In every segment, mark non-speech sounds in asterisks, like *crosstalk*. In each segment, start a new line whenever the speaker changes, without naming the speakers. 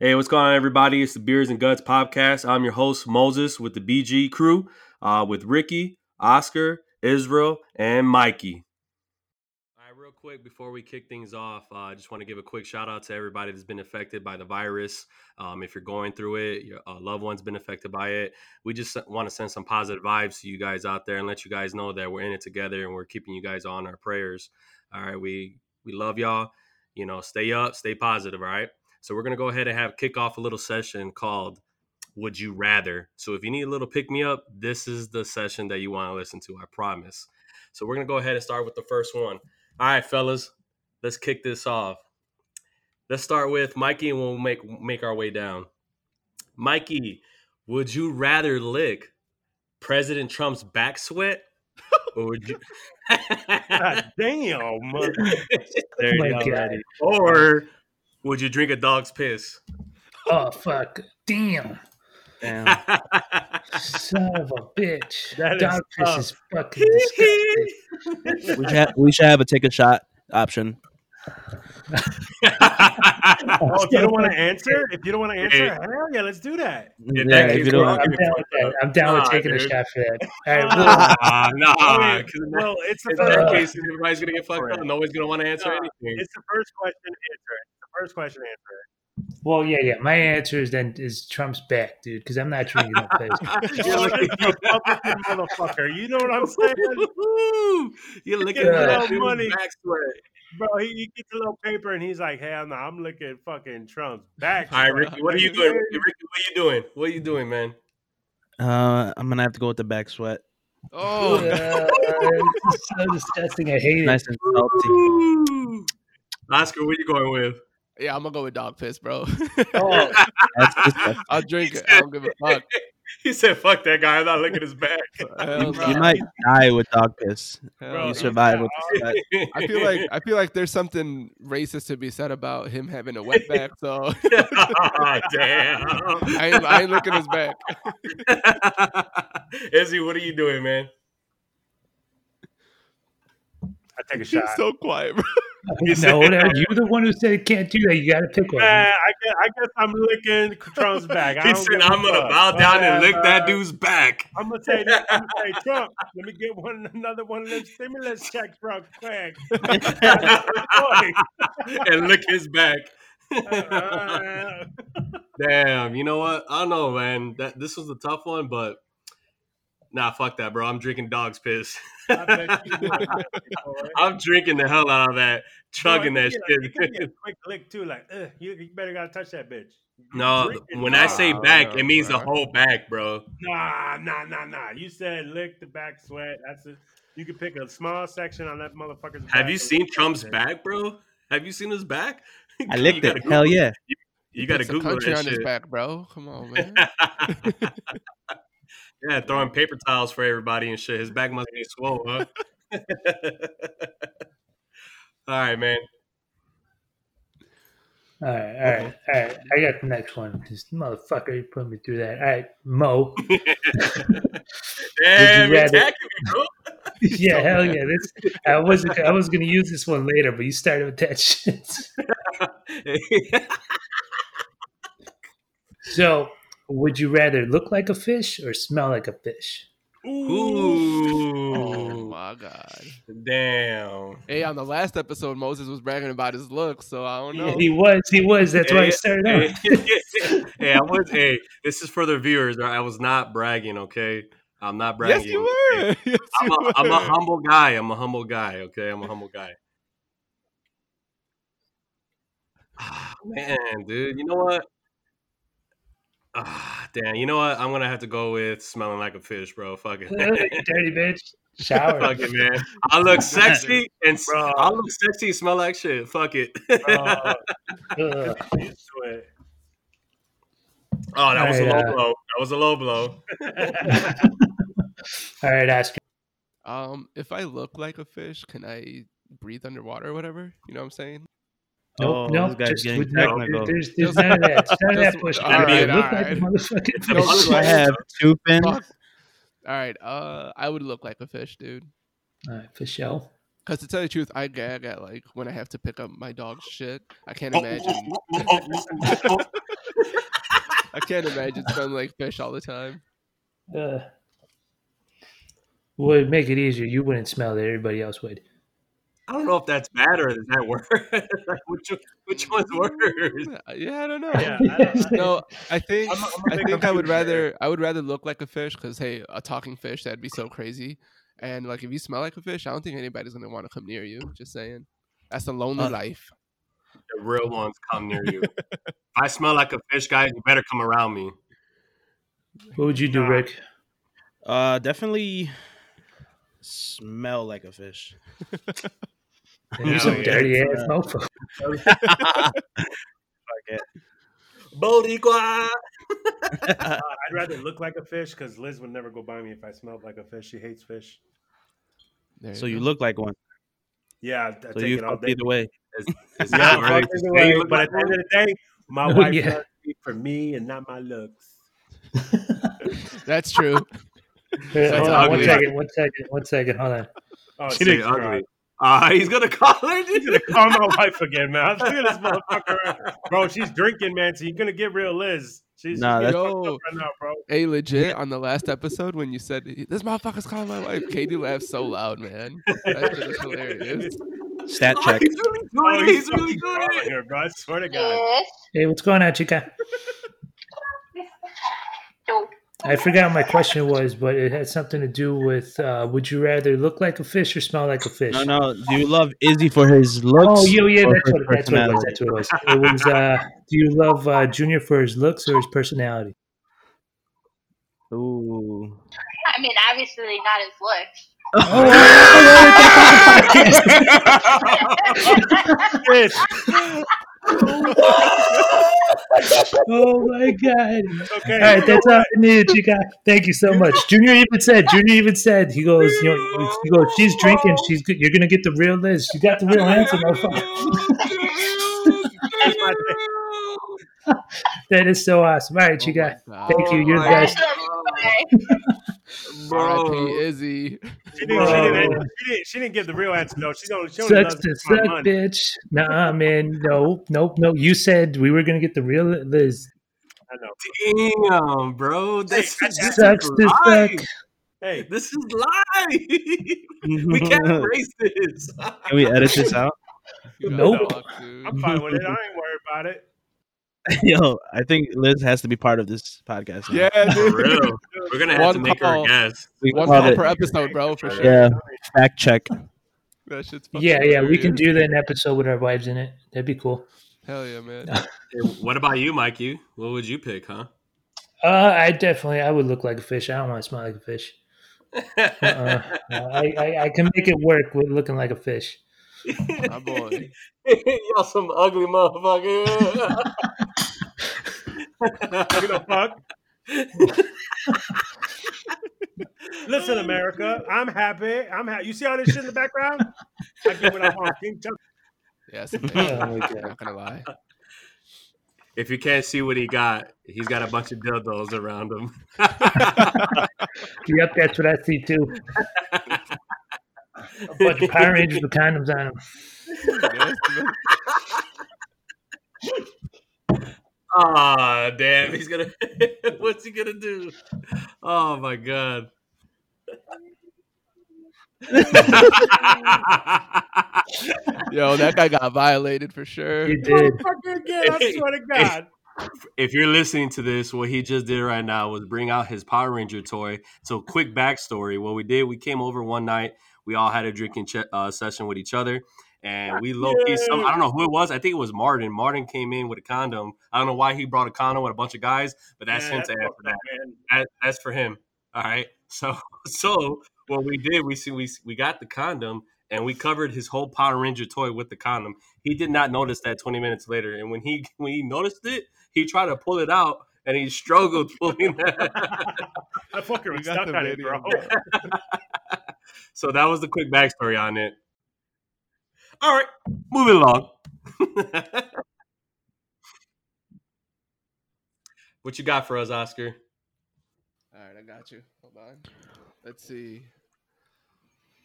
Hey, what's going on, everybody? It's the Beers and Guts podcast. I'm your host, Moses, with the BG crew, uh, with Ricky, Oscar, Israel, and Mikey. All right, real quick, before we kick things off, uh, I just want to give a quick shout out to everybody that's been affected by the virus. Um, if you're going through it, your uh, loved one's been affected by it. We just want to send some positive vibes to you guys out there and let you guys know that we're in it together and we're keeping you guys on our prayers. All right, we we love y'all. You know, stay up, stay positive. All right. So we're gonna go ahead and have kick off a little session called "Would You Rather." So if you need a little pick me up, this is the session that you want to listen to. I promise. So we're gonna go ahead and start with the first one. All right, fellas, let's kick this off. Let's start with Mikey, and we'll make make our way down. Mikey, would you rather lick President Trump's back sweat, or would you?
*laughs*
*laughs*
God
*laughs*
damn, mother.
There you
my
go.
God.
Or would you drink a dog's piss? *laughs*
Oh fuck! Damn,
Damn.
son of
*laughs*
a bitch!
That is
Dog piss
tough.
is fucking disgusting.
*laughs* we should have, we should have a take a shot option.
*laughs* Oh, if you don't want to answer, if you don't want to answer,
Hey.
hell yeah, let's do that.
that
Yeah,
kid's
if you
going
don't,
I'm down with that. I'm down
Nah,
with taking a
dude.
shot for
*laughs*
that. All right, well,
Nah.
Ah, nah. 'cause in that,
Well, it's the
in
first
*laughs* that
Uh,
case, everybody's gonna get fucked up. No one's gonna want to answer
Uh,
anything.
It's the first question answer. it. It's the first question answer. it.
well, yeah, yeah. My answer is then is Trump's back, dude, because I'm not drinking that piss.
*laughs* You're looking,
Republican motherfucker. You know what I'm saying?
Woo! You're looking
Yeah.
at that
Little
dude's
money.
back sweat.
Bro, he, he gets a little paper and he's like, hell no, I'm looking at fucking Trump's back.
All right, Ricky, what are you doing? Ricky, Ricky, what are you doing? What are you doing, man?
uh, I'm gonna have to go with the back sweat.
Uh,
Oh,
this is so disgusting. I hate
Nice
it.
and salty.
Woo! Oscar, what are you going with?
yeah, I'm gonna go with dog piss, bro. *laughs*
Oh,
That's disgusting.
I'll drink it. I don't give a fuck.
He said, "Fuck that guy. I'm not looking at his back."
Hell
You,
no.
you might die with dog piss.
Hell
Bro,
no.
You survive with the
*laughs*
sweat.
I feel like I feel like there's something racist to be said about him having a wet back. So *laughs*
damn.
I ain't, I ain't looking his back.
*laughs* Izzy, what are you doing, man?
I take a
He's
shot.
so quiet, bro.
no, whatever. You're the one who said it can't do that. You got to pick one.
Man, I guess, I guess I'm licking Trump's back. I
He
don't
said,
give a
"I'm gonna
fuck.
bow down and lick that
*laughs* Uh,
dude's back." *laughs*
I'm gonna say, this, I'm gonna say, Trump. Let me get one another one of them stimulus checks, real
*laughs*
quick. Boy,
and lick his back. *laughs*
uh,
Damn, you know what? I don't know, man. That this was a tough one, but nah, fuck that, bro. I'm drinking dog's piss. *laughs*
I bet you would, boy.
I'm drinking the hell out of that, chugging
Boy,
that
you get a- you can
*laughs*
get
shit.
a quick lick too. Like, ugh, you, you better gotta touch that bitch. You
no,
drinking
when I
dog.
say back, it means the
Nah,
whole back, bro.
nah, nah, nah, nah. You said lick the back sweat. That's it. You can pick a small section on that motherfucker's.
Have
back
you
and
seen
lick
Trump's
it.
back, bro? Have you seen his back? *laughs*
I
You
licked
gotta
it. Hell
Google-
yeah.
You got to
It's a
Google
country
that
on his
shit.
back, bro. Come on, *laughs* man.
*laughs* yeah, throwing paper towels for everybody and shit. His back must be swole, huh? *laughs* All right, man.
All right, all right, all right. I got the next one. This motherfucker, you put me through that. All right, Mo.
Damn,
rather-
attacking me, bro.
*laughs* yeah,
so
hell
mad.
yeah. This I wasn't. I was gonna use this one later, but you started with that *laughs* shit. So, would you rather look like a fish or smell like a fish?
*laughs*
Oh
Ooh,
my god.
damn.
Hey, on the last episode, Moses was bragging about his look, so I don't know.
He was. He was. That's why I started
Hey, *laughs*
out.
hey, I was. Hey, this is for the viewers. all right? I was not bragging. Okay, I'm not bragging.
Yes, you
okay?
were. *laughs* Yes,
I'm
you
a, I'm a
were.
humble guy. I'm a humble guy. Okay, I'm a humble guy. Ah, man, dude, you know what? Ah, damn, you know what? I'm gonna have to go with smelling like a fish, bro. Fuck it, *laughs*
You *laughs* dirty bitch. Shower.
fuck it, man. I look sexy and s-
Bro.
I look sexy, and smell like shit. Fuck it. *laughs*
Oh,
Ugh.
you sweat.
Oh, that was a low
I, uh,
blow. That was a low blow.
All right, Oscar.
Um, if I look like a fish, can I breathe underwater or whatever? You know what I'm saying?
Nope,
Oh,
nope.
this guy's
Just
getting
with no,
technical.
there's, there's none of that. None of that
Just-
push. All
all
right,
right,
look
all
like a
right.
motherfucking
Don't
fish.
look
Do I
like-
have two pins?
Fuck. All right. Uh, I would look like a fish, dude.
All right, for show.
Cause to tell you the truth, I
Oh.
gag at like when I have to pick up my dog's shit. I can't imagine. I can't imagine smelling like fish all
*laughs*
the time.
Uh, would make it easier. You wouldn't smell it. Everybody else would.
*laughs* I don't know if that's bad or is that worse. Like, *laughs* which one- which one's worse?
Mm, Yeah, I don't know.
Yeah, I don't- I-
No, I think
I'm a- I'm a
I
big
think I
computer player.
would rather I would rather look like a fish because hey, a talking fish that'd be so crazy. And like if you smell like a fish, I don't think anybody's gonna want to come near you. Just saying, that's a lonely
Uh,
life.
The real ones come near
*laughs*
you. if I smell like a fish, guys, you better come around me.
*laughs* What would you do,
Nah.
Rick?
Uh, definitely smell like a fish.
You're some
yeah.
dirty ass
Uh,
mofo.
Boricua.
I'd rather look like a fish because Liz would never go by me if I smelled like a fish. She hates fish.
There
so
go.
you look like one.
Yeah, I, I
So
take
you
it all
fucked
day.
either way.
Is
Yeah,
that
fuck
right?
either
Hey,
way,
you look
but
like
at the end of the day, my
Oh,
wife
yeah.
loves me for me and not my looks.
That's true.
Yeah, hold on, one
ugly.
second, one second, one second. Hold on.
Oh,
She did ugly. Uh, he's gonna call her.
He's
*laughs*
gonna call my wife again, man. I'm looking at this motherfucker, bro. She's drinking, man. So you're gonna get real Liz. She's
Nah,
she's
that's-
fucked up right now, bro.
Hey, legit, on the last episode when you said this motherfucker's calling my wife, Katie laughed so loud, man. That
*laughs*
shit is hilarious.
*laughs*
Stat
Oh,
check.
he's really good.
Oh,
he's, really
fucking
good. *laughs*
calling her, bro. I swear to God.
Yes.
Hey, what's going on, chica?
No.
I forgot what my question was, but it had something to do with uh, would you rather look like a fish or smell like a fish?
No, no. Do you love Izzy for his looks?
Oh, yeah, yeah,
or
that's
his
what, that's what it was. That's what it was. It was uh, do you love uh, Junior for his looks or
*laughs*
his personality?
*laughs*
Ooh.
I mean, obviously not his looks.
Oh,
*laughs*
*laughs* Yes.
*laughs* Oh my god.
Okay.
All right, that's all I needed, chica. Thank you so much. Junior even said, Junior even said, he goes, you know, he goes, she's drinking, she's good. you're gonna get the real Liz. You got the real
*laughs*
answer, motherfucker.
That's my
That is so awesome. All right,
Oh
chica.
my God.
Thank you. You're the
Oh my
best.
Okay.
Bro,
R.I.P. Izzy.
thing. she, didn't, she,
Whoa.
didn't, she, didn't, she didn't give the real answer though. She only she only
Sucks
loves me
to
for my
suck,
money.
bitch. Nah, man. Nope, nope, nope. You said we were gonna get the real Liz.
I know.
damn, bro, this,
Hey,
is- this
Sucks
is
to
live.
suck.
Hey,
This is live. *laughs* we
*laughs*
can't erase this.
Can
*laughs*
we edit this out? *laughs*
You got
Nope.
fucked, dude.
I'm fine with it. I ain't worried about it.
Yo, I think Liz has to be part of this podcast. now.
*laughs* Yeah,
For
dude.
real, we're gonna have
One
to make her
call.
a guest.
we
One
call
call
it
per episode, bro, for sure.
Yeah. fact check.
That shit's fucking
Yeah, yeah, we can do
hilarious.
that an episode with our wives in it. That'd be cool.
Hell
*laughs*
yeah, man.
Hey, What about you, Mikey? What would you pick, huh?
Uh, I definitely, I would look like a fish. I don't want to smell like a fish.
*laughs*
Uh-uh.
*laughs*
I, I, I can make it work with looking like a fish.
My boy.
Y'all some ugly motherfucker.
You know, fuck. *laughs* Listen, America, I'm happy. I'm happy. You see all this shit in the background? I get what I want. King Tut-
Yeah,
*laughs*
some fish.
Oh my God.
Not gonna lie.
if you can't see what he got, he's got a bunch of dildos around him.
Yep, that's what I see too. A bunch of Power Rangers with condoms on them.
Ah, damn. He's gonna. *laughs* what's he gonna do? Oh my *laughs* god.
Yo, that guy got violated for sure.
You did.
Motherfucker again, I swear to God.
if you're listening to this, what he just did right now was bring out his Power Ranger toy. So, quick backstory: what we did, we came over one night. We all had a drinking che- uh, session with each other, and we low key. Some, I don't know who it was. I think it was Martin. Martin came in with a condom. I don't know why he brought a condom with a bunch of guys, but that's
Man,
him to answer
fucked
that
up, man.
that, that's for him. All right. *laughs* So so what we did, we see we we got the condom and we covered his whole Power Ranger toy with the condom. He did not notice that 20 minutes later, and when he *laughs* when he noticed it, he tried to pull it out and he struggled *laughs* pulling that.
I fucking
We
was
got
stuck
the
on it, bro. *laughs*
video,
so that was the quick backstory on it. All right, moving along. *laughs* what you got for us, Oscar?
All right, I got you. Hold on. Let's see.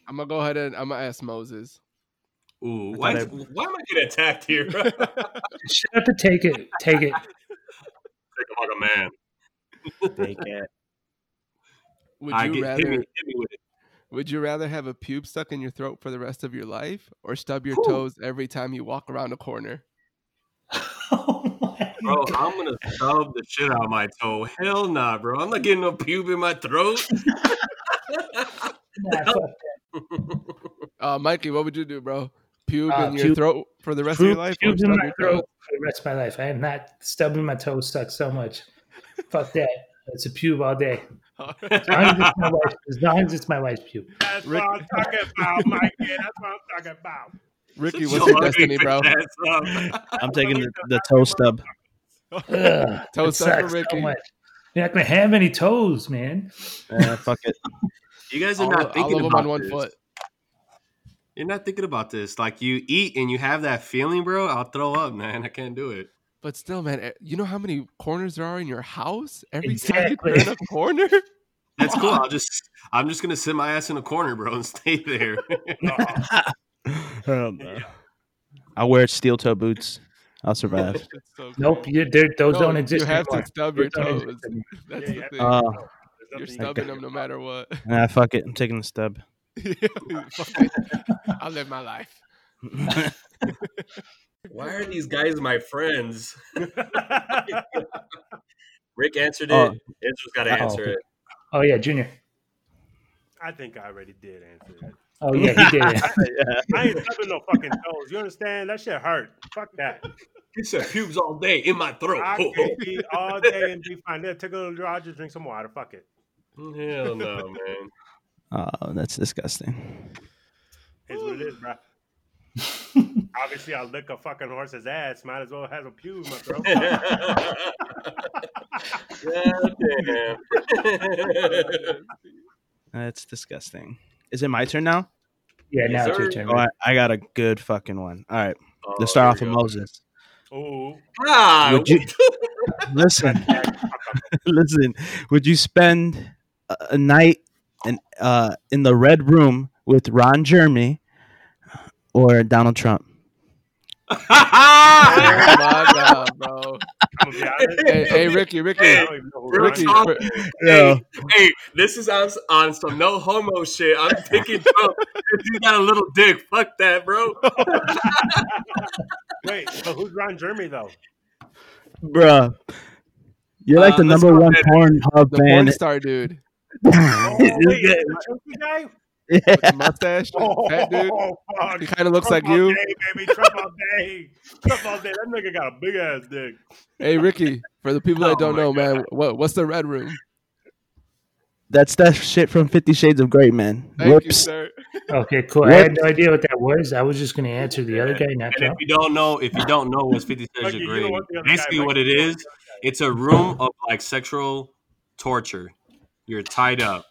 I'm gonna go ahead and I'm gonna ask Moses.
Ooh,
I
why,
thought I-
why *laughs* am I getting attacked here?
Shut up and take it. Take
Take
it.
a hug of man.
They can't.
Would
I
you
get hit
rather
me, hit me with it.
Would you rather have a pube stuck in your throat for the rest of your life or stub your
Whew.
toes every time you walk around a corner?
*laughs* Oh my
*laughs* Bro,
God.
I'm gonna shove the shit out of my toe. Hell nah, bro. I'm not getting no pube in my throat.
Nah, fuck.
Uh, Mikey, what would you do, bro? Pube
Uh,
in your
pube-
throat for the rest of your life? or
Pubes in
stub
my
your toes?
throat for the rest of my life. I am not stubbing my toes suck so much. Fuck that. It's a pube all day. As long as
*laughs*
it's my wife's, as long as it's my wife's
*laughs*
pube.
That's
Rick-
what I'm talking about, Mike. Yeah, that's what I'm talking
*laughs*
about.
Ricky,
Shut
what's your
ugly *laughs*
destiny, bro?
ass up. *laughs*
I'm taking the, the toe stub.
Ugh,
Toe
it
suck for
sucks so
Ricky.
much. You're not gonna have any toes, man.
Eh, fuck it.
You guys are
All,
not
all
thinking
of them
about
on one
this.
foot.
You're not thinking about this. Like you eat and you have that feeling, bro. I'll throw up, man. I can't do it.
But still, man, eh, you know how many corners there are in your house? Every time
Exactly.
you turn a corner? *laughs*
That's cool. I'll just I'm just gonna sit my ass in a corner, bro, and *laughs* stay there.
Hell no. I'll wear steel toe boots.
*laughs*
I'll survive.
That's so
Nope, you, they're- those
No,
don't exist.
You have
anymore.
to stub your
Those don't
toes.
exist anymore.
That's
Yeah,
the
yeah.
thing.
Uh,
You're
There's
stubbing them no matter what. *laughs*
*laughs* nah, fuck it. I'm taking
*laughs*
the stub.
Fuck it. I'll live my life.
Why are these guys my friends?
nothing-
Rick answered it.
Uh,
Oh.
Israel's got to
Uh-oh.
answer it.
Oh yeah, Junior.
*laughs* I think I already did answer that.
Oh yeah, he did.
*laughs*
it.
I ain't stubbing no fucking toes. You understand? That shit hurt. Fuck
*laughs*
that.
He said pubes all day in my throat.
I can be all day and be fine. There, take a little draw, just drink some water. Fuck it.
Hell no, man.
Oh, that's disgusting.
It's what it is, bro.
*laughs*
Obviously, I lick a fucking horse's ass. Might as well have a pew in
*laughs*
my throat.
God damn.
That's disgusting. Is it my turn now?
Yeah,
Yes,
now it's
sir.
your turn.
Oh, I, I got a good fucking one. All right.
Oh,
Let's start off
here we
with
go.
Moses.
Ooh,
Ah, *laughs*
Would you- Listen, *laughs* listen. Would you spend a, a night in, uh, in the red room with Ron Jeremy or Donald Trump?
Oh my god, bro.
I'm gonna be honest.
Hey, hey, Ricky, Ricky.
I don't even know who Ron
Ricky,
is.
Talk.
for-
Yeah.
Hey, hey, this is on, on some no homo shit. I'm picking Trump. He's got a little dick. Fuck that, bro.
Wait, but who's Ron
*laughs*
Jeremy though?
Bruh. You're like
Uh,
the
let's
number
go
one
ahead.
porn hub
the porn
band.
star dude
Oh, wait, is it the
*laughs*
chunky guy?
with the mustache,
Oh,
that dude.
fuck.
He kind of looks
Trump
like
all
you.
day, baby. Trump all day. Trump all day. That nigga got a big ass dick.
Hey, Ricky. For the people that
Oh
don't
my
know, man, what what's the red room?
*laughs* That's that shit from Fifty Shades of Grey, man.
Thank you,
Whoops.
sir.
Okay, cool. I had no idea what that was. I was just gonna answer the other guy, not
And if
Trump.
you don't know, if you don't know what's 50 Shades
Mikey,
of
you
Grey,
don't want the other guy,
basically
Mikey.
what it is, it's a room of like sexual torture. You're tied up,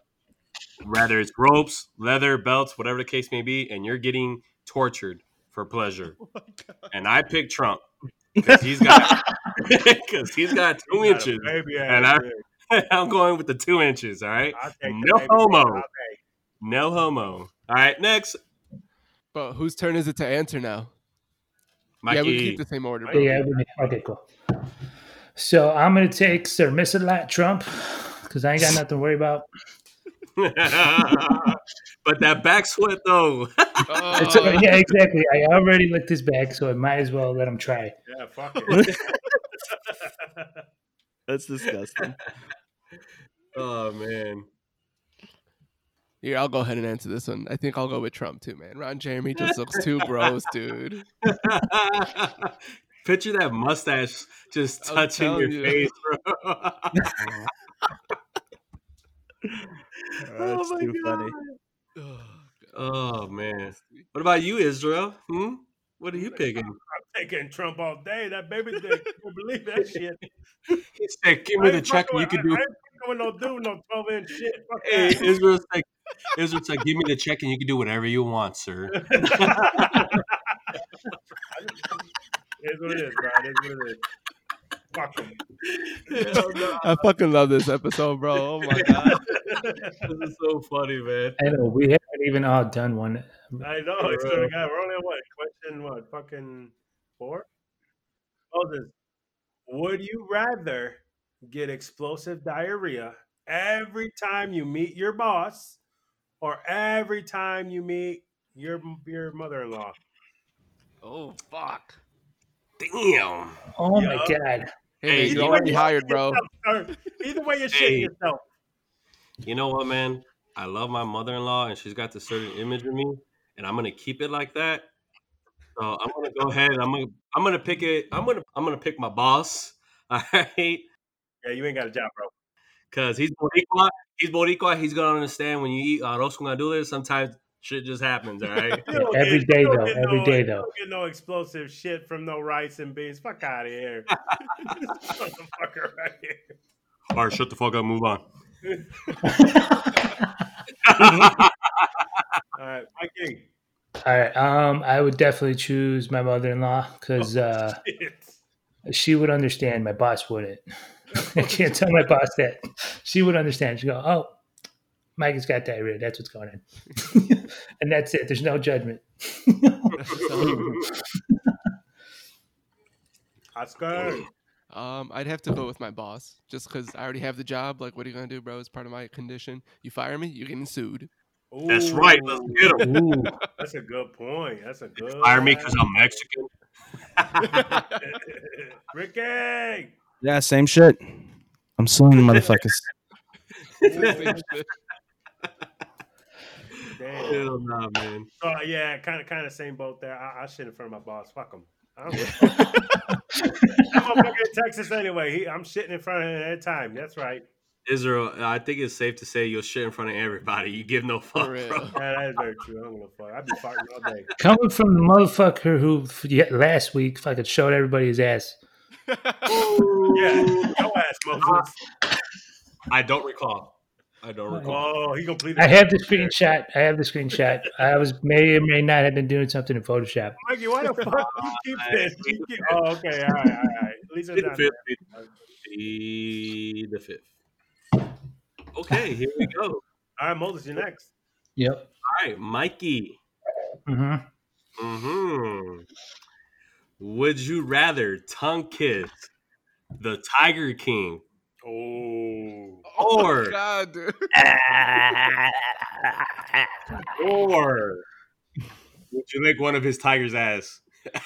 whether it's ropes, leather, belts, whatever the case may be, and you're getting tortured for
*laughs*
pleasure.
Oh
and I picked Trump because he's got *laughs* because he's got two
He got a
inches,
Baby ass
and I
dick.
*laughs* I'm going with the two inches. All right,
I'll take the
No
baby
homo.
dick all day.
no homo. All right, next,
But whose turn is it to answer now?
Mikey.
Yeah, we can keep the same order, bro.
Yeah, yeah, we- okay, cool. So I'm gonna take Sir Miss a Lot Trump because I ain't got nothing to worry about.
*laughs* but that back sweat though. *laughs*
*laughs*
It's,
Oh,
yeah, exactly. I already licked his back, so I might as well let him try.
Yeah, fuck it.
*laughs*
*laughs*
That's *laughs* disgusting.
oh man. *laughs*
Here, I'll go ahead and answer this one. I think I'll go with Trump too, man. Ron Jeremy just looks too gross, dude.
Picture that mustache just
I'm
touching your
telling you.
face, *laughs* bro.
that's too funny.
Ugh,
Oh man. What about you, Israel? Hmm? What are you picking?
Taking Trump all day. That baby dick. Can't believe that shit.
He said, "Give
I
me
ain't
the check,
fucking
and you can do."
with- I, I ain't fucking with no dude, no twelve inch shit. Fuck
Hey,
that.
Israel's like, Israel's like, "Give me the check, and you can do whatever you want, sir."
It's what it is, bro. It's what it is. Fuck him.
Hell no.
I fucking love this episode, bro. Oh my god.
*laughs* *laughs* This is so funny, man.
I know we haven't even all done one.
I know. It's what I got. We're only at what? Question what? Fucking four? Moses, would you rather get explosive diarrhea every time you meet your boss or every time you meet your your mother-in-law.
Oh fuck! Damn.
Oh my
Yup.
god.
Hey,
Hey,
you
you
already
already-
hired, bro. *laughs*
Or Either way, you're
Hey.
shitting yourself.
You know what, man? I love my mother-in-law, and she's got this certain image of me, and I'm gonna keep it like that. So I'm gonna go ahead. I'm gonna I'm gonna pick it. I'm gonna I'm gonna pick my boss. *laughs* All right.
Yeah, you ain't got a job, bro.
Cause he's Boricua. He's Boricua. He's gonna understand when you eat uh, roast gandules. Sometimes shit just happens. All right.
You don't
every
get-
day,
you don't
though,
get
every
no,
day,
you
though.
don't get no explosive shit from no rice and beans. Fuck out of
*laughs*
here. *laughs* This motherfucker right here.
*laughs* All right. Shut the fuck up. Move *laughs* on.
All right, Mikey.
*laughs* All right. Um, I would definitely choose my mother-in-law because uh,
Shit.
she would understand. My boss wouldn't. *laughs* I can't tell my boss that. She would understand. She would go, oh, Mike has got diarrhea. That's what's going on, *laughs* and that's it. There's no judgment. *laughs*
Oscar.
Um, I'd have to go with my boss just because I already have the job. Like, what are you gonna do, bro? It's part of my condition. You fire me, you're getting sued. *laughs*
That's right. Let's
Ooh,
get him.
Ooh,
That's a good point. That's a good.
Fire me because I'm Mexican.
*laughs* Ricky.
Yeah, same shit. I'm suing *laughs* motherfuckers.
Damn.
Hell nah, man.
So, Oh, yeah, kind of, kind of same boat there. I, I shit in front of my boss. Fuck him. I'm
*laughs*
fucking in Texas anyway. He, I'm shitting in front of him at time. That's right.
Israel, I think it's safe to say you'll shit in front of everybody. You give no fuck,
For real.
bro.
Yeah, that is very true. I'm gonna fuck. I'd be farting all day.
coming from the motherfucker who f- yeah, last week fucking showed everybody his ass.
*laughs*
Yeah, your ass,
Uh-huh.
Moses.
I don't recall. I don't recall.
Oh, he completed.
I have the screenshot. I have the screenshot. I was may or may not have been doing something in Photoshop.
Mikey, why the fuck you keep this? You keep- oh, okay, all right, all right. At least it's
Be the
not
fifth. Be the fifth. Okay, here we
*laughs*
go. All
All right, Moses, you're next.
Yep.
right, Mikey.
hmm
hmm Would you rather tongue kiss the Tiger King
Oh,
Oh my
Or-
God, dude.
or would you lick one of his tiger's
*laughs*
ass?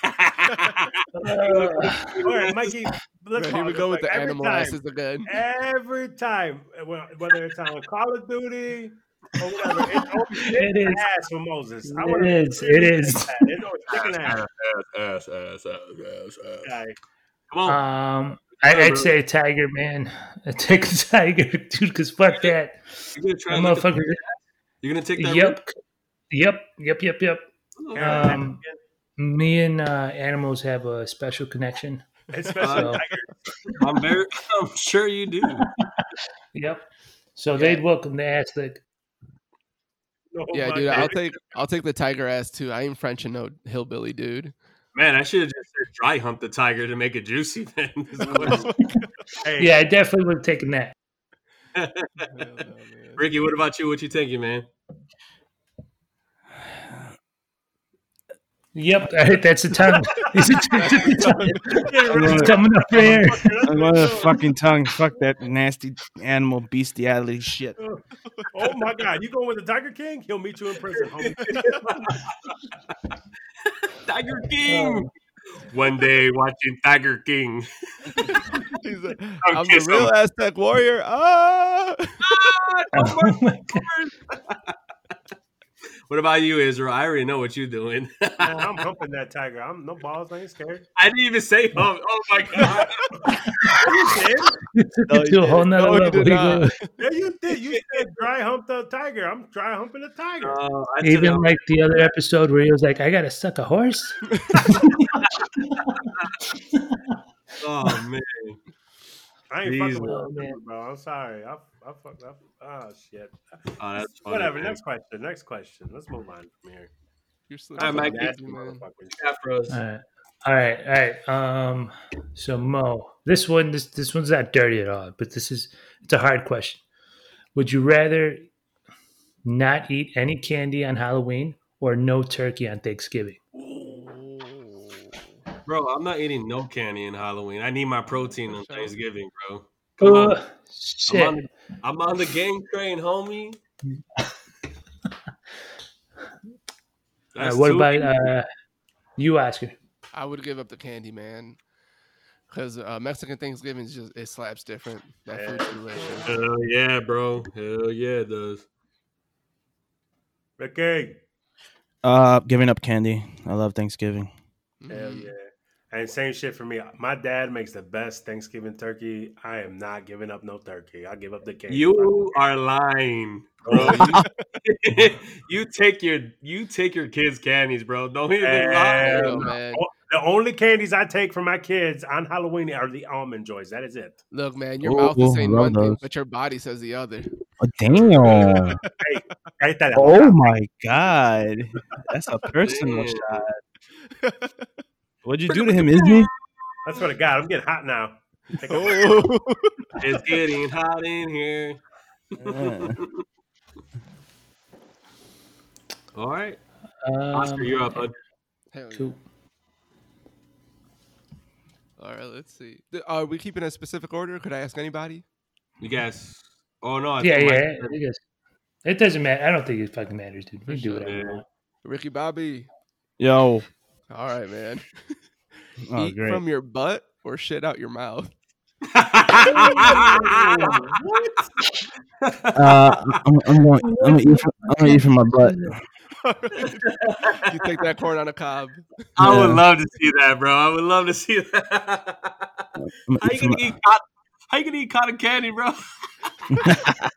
all right, Mikey. Let's
Here we
pause
go
it,
with
like,
the
every
animal
time,
asses again.
Every time, eh, well, whether it's on Call of Duty or whatever,
*laughs*
it's always
It
kicking
is.
ass for Moses. I
It
wanna-
is. It is.
It's always kicking ass.
ass, ass, ass, ass, ass, ass.
All right.
Come on.
Uh,
Um, I, I'd say Tiger Man. *laughs* I'd take a Tiger, dude, because fuck that.
you're gonna try and
That
lick the-
motherfucker.
You're gonna take that.
Yep. Yep. Yep. Yep. Yep.
Karen,
Um, me and uh, animals have a special connection.
*laughs*
especially
Uh,
so-
Tiger.
route? I'm very. *laughs* I'm sure you do.
Yep. So they'd welcome the ass lick.
No,
Oh
Yeah,
oh my
dude. I'll
God.
take I'll take the tiger ass too. I ain't French and no hillbilly, dude.
Man, I should have just said dry hump the tiger to make it juicy. *laughs* Then. Is
*laughs*
what-
Hey,
Yeah, I definitely would have taken that.
*laughs* Ricky, what about you? What you thinking, man?
Yep. All right, that's the
*laughs*
time. *laughs* It's a time.
get ready.
It's coming up for air.
I love the fucking tongue. Fuck that nasty animal bestiality shit.
Oh my God! You going with the Tiger King? He'll meet you in prison, homie.
Tiger King. One day watching Tiger King.
*laughs*
*laughs*
He's like,
Tongue
I'm the
kiss
real
him.
Aztec warrior. Ah!
Oh my God.
What about you, Israel? I already know what you're doing. *laughs*
Man, I'm humping that tiger. I'm no balls. I ain't scared.
I didn't even say hump. Oh my *laughs* god.
You did.
*laughs* Took it to a whole nother
No, you
level.
did not.
Yeah, you did. You said dry hump the tiger. I'm dry humping the tiger.
No, Oh, I said
*laughs* Even
hump.
like the other episode where he was like, "I gotta suck a horse."
oh man.
I ain't
Jesus.
fucking with
Oh,
you,
man.
bro. I'm sorry. I, I fucked up. Oh shit.
Oh, that's funny,
Whatever.
man.
Next question. Next question. Let's move on from here.
You're so
All right, Mike. Mm-hmm.
nasty,
Nasty
man.
motherfuckers.
Afros.
All right, all right, all right. Um, so Mo, this one, this this one's not dirty at all, but this is it's a hard question. Would you rather not eat any candy on Halloween or no turkey on Thanksgiving?
Bro, I'm not eating no candy in Halloween. I need my protein on
For sure.
Thanksgiving, bro. Come on.
Uh, shit.
on I'm on the game train, homie.
Uh,
That's
what
two.
about uh, you, Oscar?
I would give up the candy, man. Because uh, Mexican Thanksgiving is just it slaps different. That
Yeah.
food's
uh,
delicious.
Hell yeah, bro. Hell yeah, it does.
Ricky.
*laughs* Uh, giving up candy. I love Thanksgiving.
Hell
Mhm.
yeah. And same shit for me. My dad makes the best Thanksgiving turkey. I am not giving up no turkey. I give up the candy.
You are lying, *laughs* bro. you, *laughs* you take your you take your kids' candies, bro. Don't even
There
lie.
you
And
go, man.
the only candies I take for my kids on Halloween are the almond joys. That is it.
Look, man, your
Ooh,
mouth is saying
love
one thing,
those.
but your body says
*laughs*
the other. *laughs*
Oh, damn.
Ahí está la-
oh my god. That's a personal
Damn.
shot. *laughs* What'd you do to him, Izzy?
That's what I got. I'm getting hot now. Take a-
Oh.
Oh. It's getting hot in here.
Yeah.
All right,
Um,
Oscar, you're up. bud.
Hell yeah.
cool.
All right, let's see. Th- Are we keeping a specific order? Could I ask anybody?
You guys. Oh no. I
Yeah,
think
yeah.
my-
It, is. it doesn't matter. I don't think it fucking matters, dude. We can do
sure.
whatever we
Yeah.
*laughs* want.
Ricky Bobby.
Yo.
All right, man.
Oh,
Eat
great.
from your butt or shit out your mouth.
Uh, I'm, I'm, going, I'm, gonna eat from, I'm gonna eat from my butt.
you take that corn on a cob.
*laughs* I would
Yeah.
love to see that, bro. I would love to see that. *laughs*
I'm
How you
gonna eat from
gonna
my,
eat cotton? How you gonna eat cotton candy, bro? *laughs*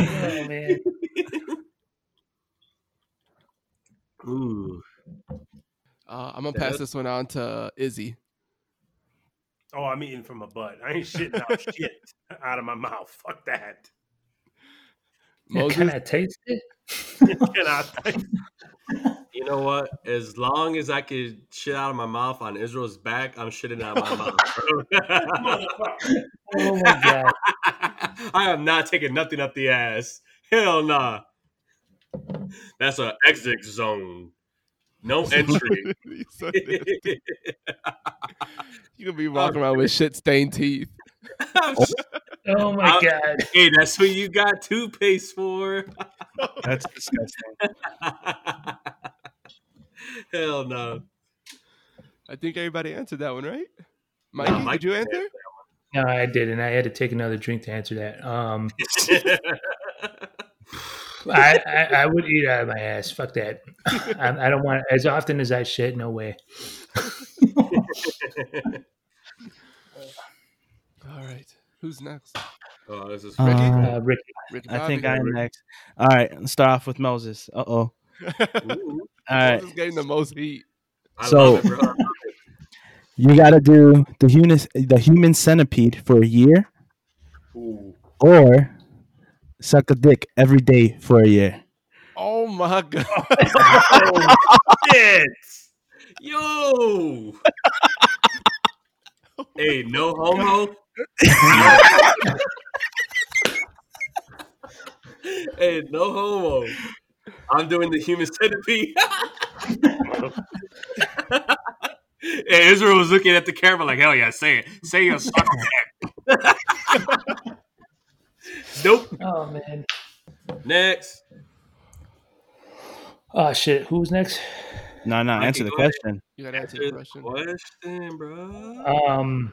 Oh, man.
Ooh,
Uh, I'm gonna pass this one on to Izzy.
*laughs* Oh, I'm eating from my butt. I ain't shitting out shit out of my mouth. Fuck that. *laughs*
*laughs* Moses,
Can I taste it?
Can
*laughs*
I taste-
you know what? As long as I could shit out of my mouth on Israel's back, I'm shitting out my mouth. *laughs* bro. *laughs*
Oh, my God.
I am not taking nothing up the ass. Hell nah. That's an exit zone. *laughs* No entry.
You son of *laughs* a- you gonna be walking around with shit stained teeth.
Oh, my
I'll-
God.
hey, that's what you got toothpaste for.
*laughs*
*laughs*
that's disgusting.
Hell no.
I think everybody answered that one, right? Mikey,
Mike
did you
did.
answer?
No, I didn't. I had to take another drink to answer that. *laughs* Um, I, I, I would eat out of my ass. Fuck that. *sighs* I, I don't want as often as I shit. No way.
All right. Who's next?
*laughs* oh, this is
Uh,
Ricky?
Uh, Ricky,
Ricky
I think
Bobby.
I'm next. All right, let's start off with Moses. Uh oh.
*laughs*
All right.
Moses is getting the most heat.
I
So-
love it, bro.
You gotta do the human the human centipede for a year,
Ooh.
or suck a dick every day for a year.
Oh my *laughs* god.
Oh, shit.
Yo. hey, no homo. hey, no homo. I'm doing the human centipede. *laughs* hey, Israel was looking at the camera like, hell yeah, say it. Say you're sucking dick." *laughs* nope.
Oh man.
Next.
Oh shit. Who's next?
No, no,
Mikey,
answer the
go ahead.
question.
You gotta answer the
Answer the *laughs*
question. Oh,
question, bro.
Um,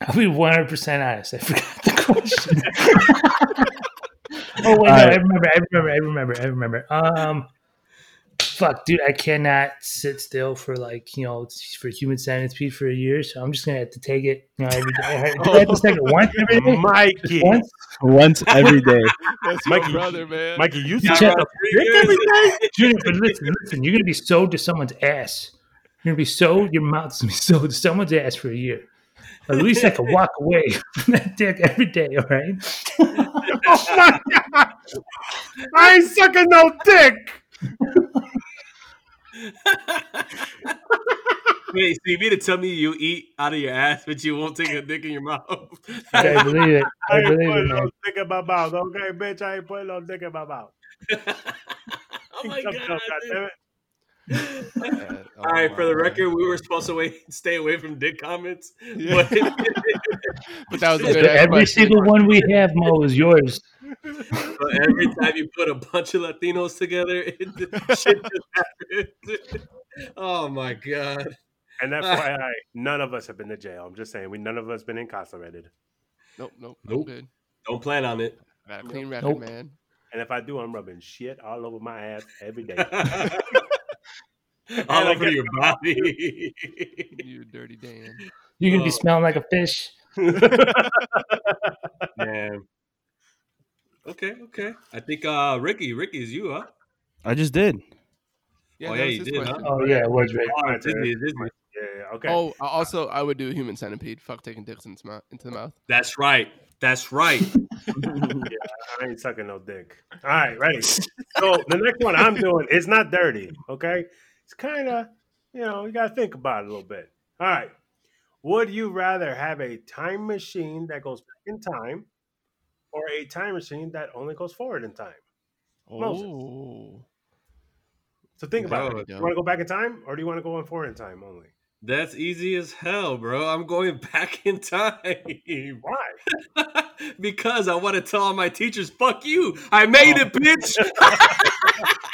I'll be one hundred percent honest. I forgot the question. *laughs* oh wait, no, I
Alright.
remember. I remember. I remember. I remember. Um, fuck, dude, I cannot sit still for like you know for human centipede for a year. So I'm just gonna have to take it. You know, every day. I had- do *laughs* I have to take it once every day.
Mikey.
Once.
Once *laughs* every day.
That's my
Mikey,
brother, man.
Mikey, you
Yeah,
suck
right.
up
Three
dick
years.
every day?
Junior, but listen, listen. You're gonna be sewed to someone's ass. You're gonna be sewed. Your mouth's gonna be *laughs* sewed to someone's ass for a year. At least I could walk away from that dick every day. All right.
Oh my god. I ain't sucking no dick.
*laughs* Wait, so you mean to tell me you eat out of your ass, but you won't take a dick in your *laughs* mouth?
*laughs* I believe it.
I
I
ain't
believe
putting
it,
no
man.
dick in my mouth, okay,
*laughs*
bitch? I ain't putting no dick in my mouth.
oh my
Suck it up,
god!
goddammit.
All right,
Oh
for the record, we were supposed to wait, *laughs* stay away from dick comments. But
But that was a good ass
Every
question.
single one we have, Mo, is yours.
but every time you put a bunch of Latinos together, *laughs* it, shit just happens. *laughs* oh my god.
And
Ah.
FYI, none of us have been to jail. I'm just saying, we none of us been incarcerated.
Nope, nope,
Nope.
nope. Good.
Don't plan on *laughs* it.
I got a clean record,
Nope.
man.
And if I do, I'm rubbing shit all over my ass every day. *laughs*
All
I
over
guess-
your body. *laughs*
You dirty Dan.
You're gonna be
Oh.
smelling like a fish.
Man. Okay, okay. I think uh Ricky, Ricky is you, huh?
I just did.
Yeah,
Oh, yeah,
that was
you
his
did, huh?
question.
Oh yeah, it was right.
Oh, it's Disney, it's Disney.
yeah, okay.
Oh, I- also, I would do a human centipede. Fuck taking dicks into, mou- into the mouth.
That's right. That's right. *laughs*
I ain't sucking no dick. All right, ready. So the next one I'm doing is not dirty. Okay, it's kind of you know you gotta think about it a little bit. All right, would you rather have a time machine that goes back in time, or a time machine that only goes forward in time? Moses.
Oh,
So think about
Yo,
it.
yo.
You want to go back in time, or do you want to go in forward in time only?
That's easy as hell, bro. I'm going *laughs* back in time. *laughs*
Why?
because I want to tell all my teachers, fuck you. I made it, bitch.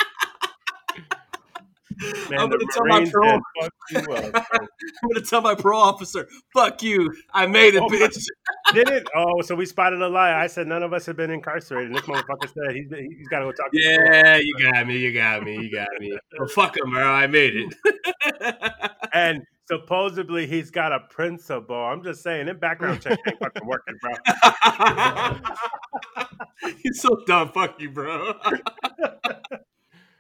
*laughs*
Man,
I'm
the
gonna tell my
Marines
parole-
said, "Fuck you up."
I'm gonna tell my parole officer, fuck you. I made it,
Oh my-
bitch.
Did it? Oh, so we spotted a lie. I said none of us have been incarcerated. And this motherfucker said he's been, he's got to go talk. to the parole
Yeah, you got me. You got me. You got me. Well, fuck him, bro. I made it.
And supposedly he's got a principal. I'm just saying, that background check
*laughs*
ain't fucking working, bro.
*laughs* He's so dumb. Fuck you, bro. *laughs*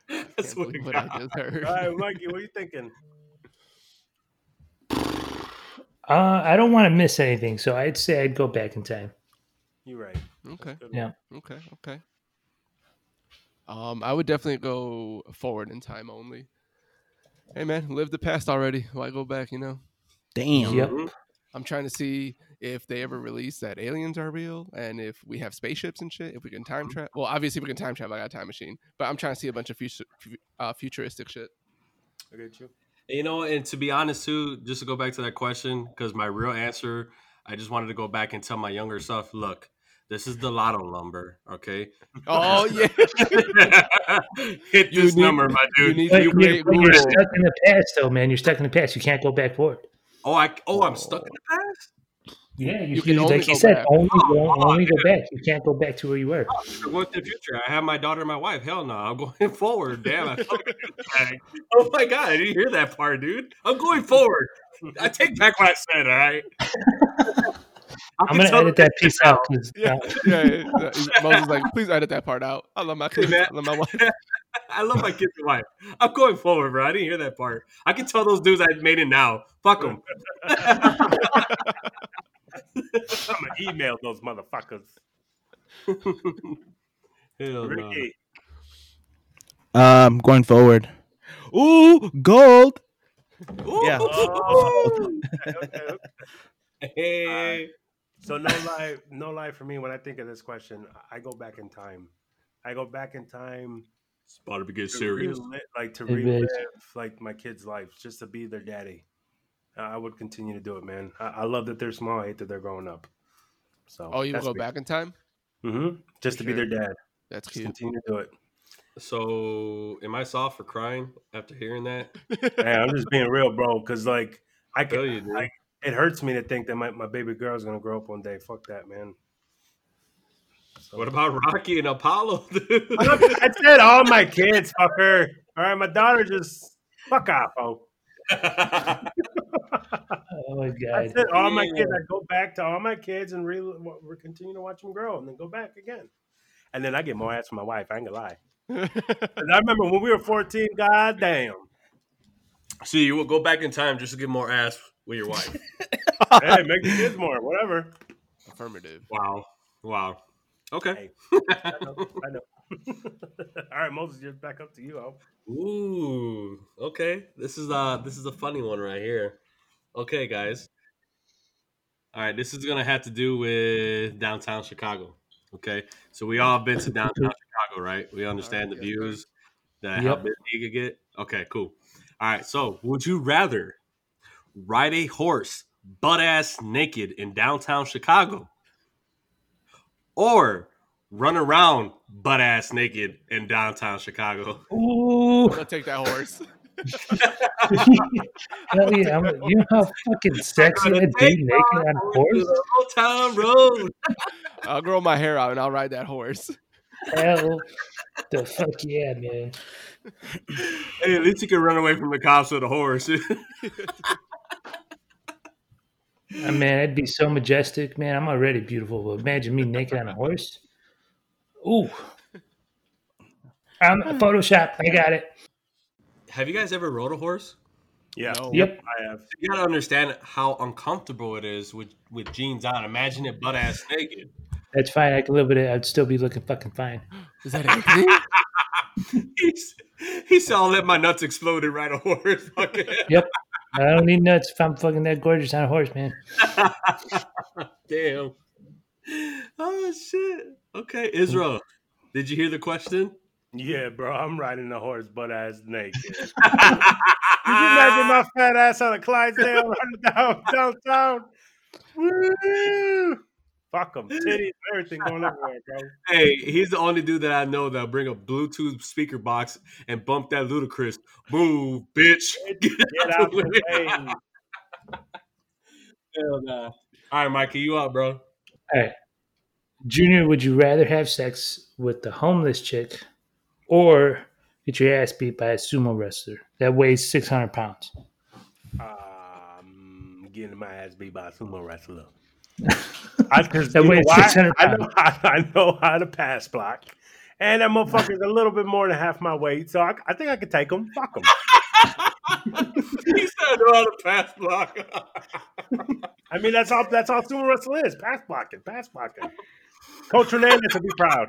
can't
That's what I
believe what I just heard.
All right, Mikey, what are you thinking?
Uh, I don't want to miss anything, so I'd say I'd go back in time.
You right.
*laughs* Okay,
Good
Yeah.
one.
okay, okay. Um, I would definitely go forward in time only. Hey, man, live the past already. Why go back? You know,
Damn.
Yep.
I'm trying to see if they ever release that aliens are real and if we have spaceships and shit. If we can time travel. Well, obviously we can time travel. I got a time machine, but I'm trying to see a bunch of future, fu- uh, futuristic shit.
I get you.
You know, and to be honest too, just to go back to that question, because my real answer, I just wanted to go back and tell my younger self, look, this is the lotto number, okay?
Oh yeah,
*laughs* Hit
You
this
need-
number, my
you
dude.
need
But
to
you're,
create
but you're
rules.
stuck in the past, though, man. You're stuck in the past. You can't go back forward.
Oh, I oh, I'm stuck in the past.
Yeah, you,
You
can
can only
like you
go
said,
back.
only go,
Oh,
only go back. You can't go back to where you were.
I'm going to the future. I have my daughter and my wife. Hell no, I'm going *laughs* forward. Damn, I fucking did that. oh my god, I didn't hear that part, dude. I'm going forward. I take back what I said. All
*laughs*
right. I
I'm
can
gonna
tell
edit that piece out. 'cause,
yeah,
uh,
yeah. yeah. Moses is like, please edit that part out. I love my kids.
man.
I love my wife.
I love my kids and wife. I'm going forward, bro. I didn't hear that part. I can tell those dudes I made it now. Fuck them.
I'm going to email those motherfuckers.
*laughs* Hell Oh, no.
Ricky,
Um, going forward. Ooh, gold. Yeah.
Ooh.
okay, okay.
*laughs* Hey.
So no lie, no lie for me. When I think of this question, I go back in time. I go back in time
It's about to get
to
serious.
relive- like to
It is.
relive like my kids' life, just to be their daddy. Uh, I would continue to do it, man. I, I love that they're small. I hate that they're growing up. So
Oh, you will go back in time?
hmm just to be their
Sure.
dad.
That's
Just
cute.
continue to do it.
So, am I soft for crying after hearing *laughs* that?
Man, I'm just being real, bro. Because like I
Hell
can,
you, dude.
I- it hurts me to think that my, my baby girl's gonna grow up one day. Fuck that, man. So-
What about Rocky and Apollo, *laughs* dude?
I said all my kids, fucker. All right, my daughter just fuck off, oh.
oh my
I
god.
said all my kids. I go back to all my kids and re- wa- re- continue to watch them grow, and then go back again. And then I get more ass from my wife. I ain't gonna lie. 'Cause I remember when we were 14. God damn.
See, you will go back in time just to get more ass with your wife.
Hey, make the kids more. Whatever.
*laughs* Affirmative.
wow. Wow. Okay.
I know. I know. *laughs* all right, Moses, you're back up to you. Oh,
Ooh, okay. This is uh this is a funny one right here. Okay, guys. All right, this is gonna have to do with downtown Chicago. Okay, so we all been to downtown Chicago, right? We understand the
yes, sir.
views, that how
Yep.
busy you could get. Okay, cool. All right. So, would you rather ride a horse butt ass naked in downtown Chicago or run around butt ass naked in downtown Chicago?
Ooh,
I'm gonna take that horse.
hell yeah! I'm, you know how fucking sexy I'd be naked on a horse.
Hometown road.
I'll grow my hair out and I'll ride that horse.
Hell, the fuck yeah, man!
Hey, at least you can run away from the cops with a horse. *laughs*
I mean, I'd be so majestic, man. I'm already beautiful, but imagine me naked on a horse. Ooh, I'm Photoshop. I got it.
Have you guys ever rode a horse?
Yeah,
Yep.
I have.
You gotta understand how uncomfortable it is with, with jeans on. Imagine it butt ass naked. *laughs*
That's fine. I can live with it. I'd still be looking fucking fine.
Is that Anthony?
He's, he said, I'll let my nuts explode and ride a horse. *laughs* Fuck it.
I don't need nuts if I'm fucking that gorgeous on a horse, man.
Damn. Oh shit. Okay, Israel. Did you hear the question?
Yeah, bro, I'm riding the horse butt ass naked. *laughs* Could you imagine my fat ass on a Clydesdale running down *laughs* downtown? Woo! Fuck 'em, titties, everything going everywhere, bro.
Hey, he's the only dude that I know that'll bring a Bluetooth speaker box and bump that ludicrous. Move, bitch.
Get out the way.
*laughs* Hell nah. All right, Mikey, you out, bro. *laughs*
Junior, would you rather have sex with the homeless chick or get your ass beat by a sumo wrestler that weighs 600 pounds?
Um, getting my ass beat by a sumo wrestler. I, cause
That
you know
weighs
why?
600
I know, how, *laughs* I know how to pass block, and that motherfucker's a little bit more than half my weight, so I, I think I could take him. Fuck him.
he said no how to pass block. *laughs*
I mean, that's all. That's all sumo wrestling is: pass blocking, pass blocking. Coach Hernandez would be *laughs* proud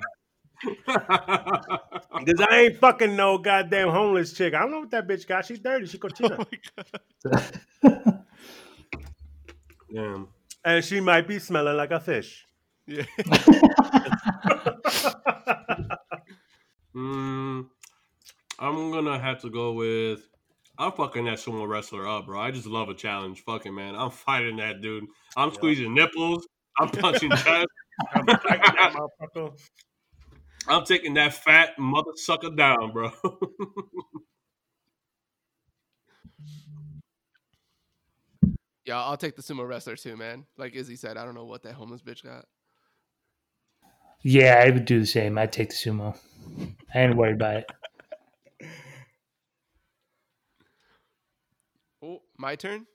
because I ain't fucking no goddamn homeless chick. I don't know what that bitch got. She's dirty. *laughs* She cochina,
Damn.
and she might be smelling like a fish.
yeah.
Mm, I'm gonna have to go with. I'm fucking that sumo wrestler up, bro. I just love a challenge. Fucking man, I'm fighting that dude. I'm squeezing nipples.
*laughs*
I'm punching chest.
I'm attacking that motherfucker.
I'm taking that fat mother sucker down, bro. *laughs*
Yeah, I'll take the sumo wrestler too, man. Like Izzy said, I don't know what that homeless bitch got.
Yeah, I would do the same. I'd take the sumo. I ain't worried about it.
Oh, my turn.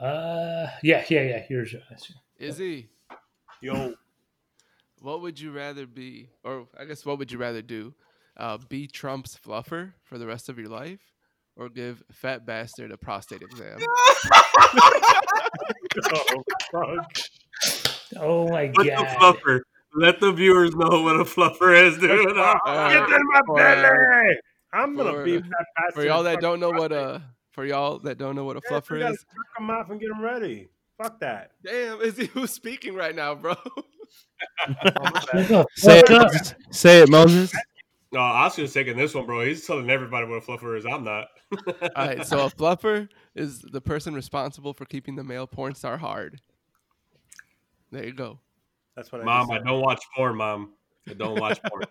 Uh, yeah, yeah, yeah. Here's your answer.
Izzy,
Yo,
what would you rather be, or I guess what would you rather do? Uh, be Trump's fluffer for the rest of your life, or give fat bastard a prostate exam?
*laughs* oh, fuck.
Oh my
What the
god.
fluffer? Let the viewers know what a fluffer is, *laughs* dude.
Uh,
Get in my
for-
belly. I'm gonna
for-
be that bastard.
for y'all that don't know what
fucking-
a for y'all that don't know what a
Yeah, you
fluffer
gotta
is,
jerk 'em off and get 'em ready. Fuck that. *laughs*
damn, Izzy, who's speaking right now, bro?
What the
Say
fuck up?
it, say it, Moses.
No, Oscar's taking this one, bro. He's telling everybody what a fluffer is. I'm not.
*laughs*
*laughs*
All right, so a fluffer is the person responsible for keeping the male porn star hard. There you go.
That's what I
Mom, I
just
don't watch porn, mom. I don't watch porn.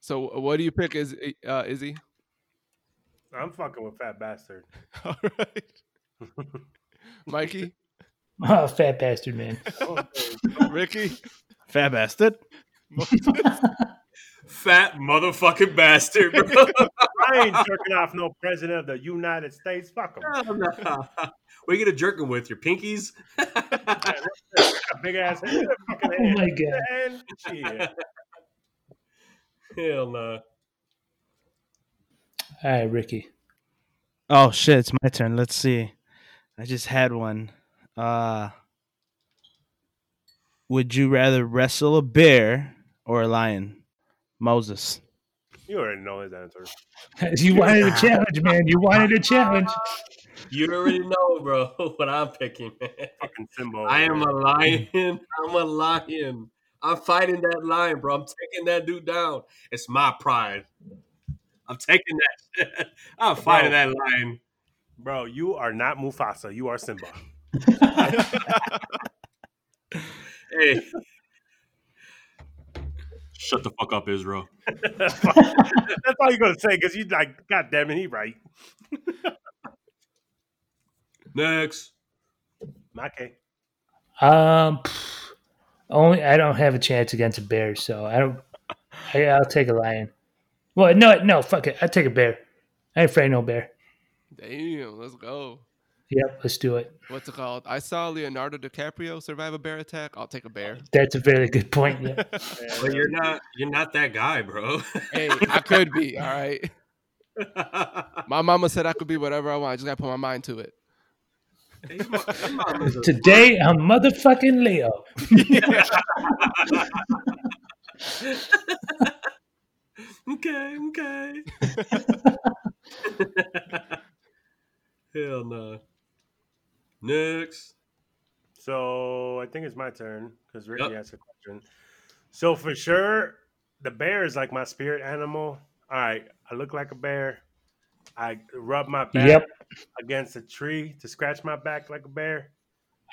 So what do you pick, is uh, Izzy?
said. I'm fucking with fat bastard.
All right, *laughs* Mikey,
Oh, fat bastard, man.
Ricky,
Fat bastard.
Fat motherfucking bastard, bro. *laughs*
I ain't jerking off no president of the United States. Fuck him.
what are you gonna jerk him with? Your pinkies?
Big
*laughs*
ass hand, fucking
Oh
hand.
my god.
And shit.
Hell no.
All right, Ricky. *laughs*
Oh shit, it's my turn. Let's see. I just had one. Uh Would you rather wrestle a bear or a lion? Moses.
You already know his answer.
You wanted a
*laughs*
challenge, man. You wanted a challenge.
You already know, bro, *laughs* what I'm picking, man.
Fucking Simba.
I am a lion. *laughs* I'm a lion. I'm fighting that lion, bro. I'm taking that dude down. It's my pride. I'm taking that. *laughs* I'm fighting that lion.
Bro, you are not Mufasa. You are Simba.
Hey. Shut the fuck up, Israel.
That's all you're gonna say because you like, God damn it, he right.
Next.
Okay.
Um, pff, only I don't have a chance against a bear, so I don't. I, I'll take a lion. Well, no, no, fuck it. I take a bear. I ain't afraid of no bear.
Damn, let's go.
Yep, let's do it.
What's it called? I saw Leonardo DiCaprio survive a bear attack. I'll take a *laughs* bear.
That's a very good point. Yeah.
But you're not you're not that guy, bro. *laughs*
Hey, I could be. All right. My mama said I could be whatever I want. I just gotta put my mind to it.
Your mo- your mama's a-
Today I'm motherfucking Leo.
okay, okay.
*laughs*
*laughs* Hell no. Next.
So I think it's my turn because Ricky
Yep.
asked a question. So for sure, the bear is like my spirit animal. All right, I look like a bear. I rub my back
Yep.
against a tree to scratch my back like a bear.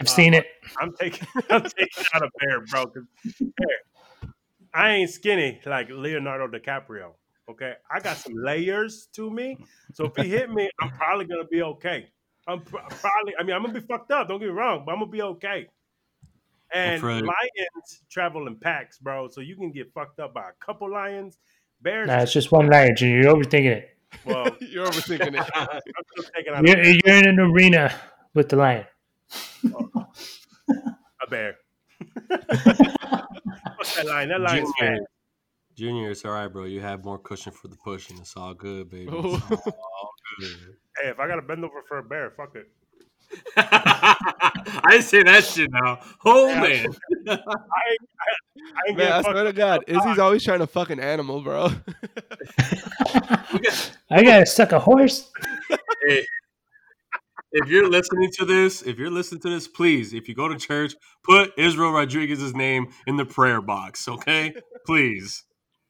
I've seen it.
I'm taking *laughs* I'm taking out a bear, bro. 'cause- bear, I ain't skinny like Leonardo DiCaprio. Okay, I got some layers to me, so if he hit me, I'm probably gonna be okay. I'm pr- probably, I mean, I'm gonna be fucked up. Don't get me wrong, but I'm gonna be okay. And
Afraid.
lions travel in packs, bro. So you can get fucked up by a couple lions. Bears,
Nah, it's just one lion, Junior. You're overthinking it.
well, I'm
*laughs* You're *laughs* overthinking it.
still taking out
You're,
a,
you're in an arena with the lion.
a bear. Fuck that lion. That lion's
Junior.
fat.
Junior, it's all right, bro. You have more cushion for the pushing. It's all good, baby.
Oh.
It's all good.
Hey, if I gotta bend over for a bear, fuck it.
I say that shit now. Oh man.
I ain't
Man, I
getting fucked
swear to *laughs* God, Izzy's always trying to fuck an animal, bro. *laughs*
I gotta suck a horse. Uh,
if you're listening to this, if you're listening to this, please, if you go to church, put Israel Rodriguez's name in the prayer box, okay? Please.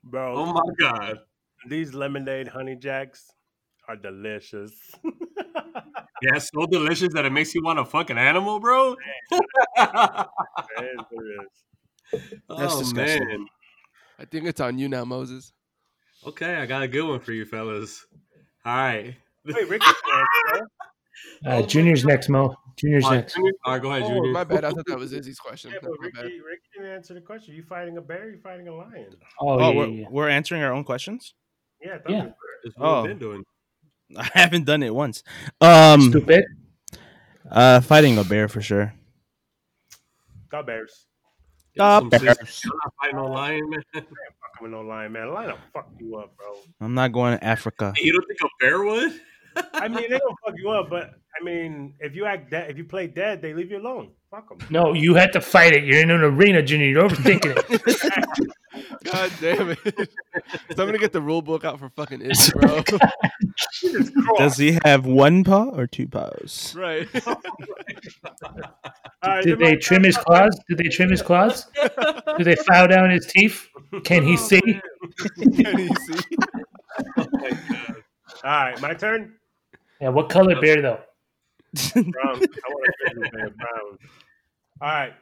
Bro,
Oh my God.
these lemonade honey jacks are delicious. *laughs*
Yeah, it's so delicious that it makes you want to fuck an animal, bro. *laughs* oh
Yes, there is.
*laughs*
That's disgusting.
man.
I think it's on you now, Moses.
Okay, I got a good one for you fellas. All right.
Wait, Ricky, answered,
Uh, Junior's next, Mo. Junior's
All right,
next.
Junior. All right, go ahead,
Oh,
Junior.
my bad. I thought that was Izzy's question.
yeah,
No,
but
my bad.
Ricky, Ricky didn't answer the question. You fighting a bear? You fighting a lion?
Oh,
Oh,
yeah,
we're,
yeah, yeah.
we're answering our own questions. *laughs*
Yeah, I thought it
Yeah.
was a
That's what
Oh.
we've been doing.
I haven't done it once. Um,
Stupid.
uh, fighting a bear for sure.
bear. Got bears.
Y'all
The
some
bear.
sisters. Y'all not fighting no lion, man.
Fuck with no lion, man. Lion will fuck you up, bro.
I'm not going to Africa.
You don't think a bear would?
I mean, they don't fuck you up, but I mean, if you act dead, if you play dead, they leave you alone. Fuck them.
No, you had to fight it. You're in an arena, Junior. You're overthinking it.
God damn it. *laughs* Somebody get the rule book out for fucking Izzy, *laughs* bro.
Does he have one paw or two paws?
right.
All right, then
Did they
my-
trim his claws? Did they trim his claws? Did they file down his teeth? Can he see?
Can you see?
All right, my turn.
Yeah, what color bear though?
Brown. I want to visit bear brown. All right,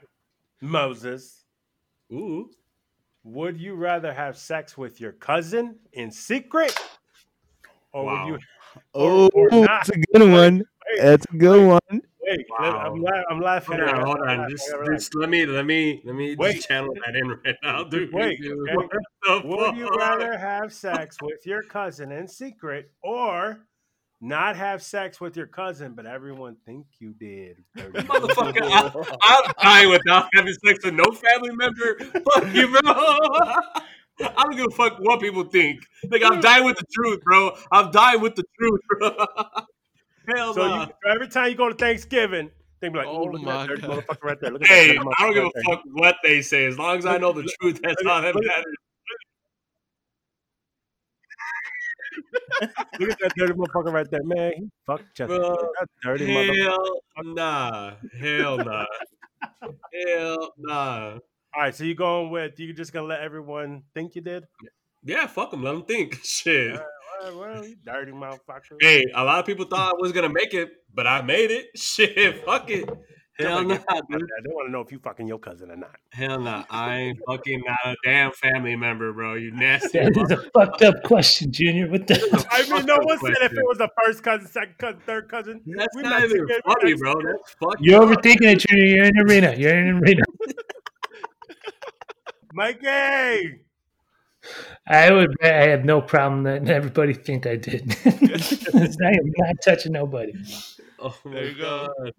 Moses.
*laughs* Ooh.
Would you rather have sex with your cousin in secret? Or
Wow.
would you
Oh,
or not.
that's a good one. That's a good one. *laughs*
wait?
Wow.
I'm, la- I'm laughing.
Hold
at
on,
it.
hold
I'm
on.
laughing
Just,
at it.
just let me, let me, let me
Wait.
just channel that in right now, dude.
Wait, okay.
What the
Would you
fuck?
rather have sex with your cousin in secret or not have sex with your cousin, but everyone think you did?
Motherfucker, I, I'm dying without having sex with no family member. Fuck you, bro. *laughs* I don't give a fuck what people think. Like I'm dying with the truth, bro. I'm dying with the truth, bro. *laughs* Hell
so
no.
you, so every time you go to Thanksgiving, they be like, "Oh,
Oh
look at
my
that dirty
God.
motherfucker right there." Look at *laughs* that
Hey,
dirty
I don't give
motherfucker
a fuck what they say. As long as I know the truth, that's all that matters.
right there. *laughs* Look at that dirty motherfucker right there, man. He fucked just
Bro,
that dirty motherfucker.
Hell nah. Hell nah. Hell nah.
All right, so you're going with you just gonna let everyone think you did?
Yeah, fuck them. Let them think. *laughs* Shit.
Yeah, well, you dirty motherfucker.
Hey, a lot of people thought I was gonna make it, but I made it. *laughs* Shit, fuck it. Hell
Somebody
nah,
get fucked
dude.
up. I don't want to know if you fucking your cousin or not.
Hell nah. I ain't fucking not a damn family member, bro.
*laughs*
You nasty.
That is
mother-
a fucked up question, Junior.
*laughs*
What the?
I mean, no one said if
Question.
it was a first cousin, second cousin, third cousin.
That's
We're
not even
together.
funny, bro. That's fucking.
You're overthinking it, Junior. You're in the arena. You're in the arena.
Mikey.
I would. bet I have no problem letting everybody think I did. *laughs* I am not touching nobody.
Oh my
There you go.
God.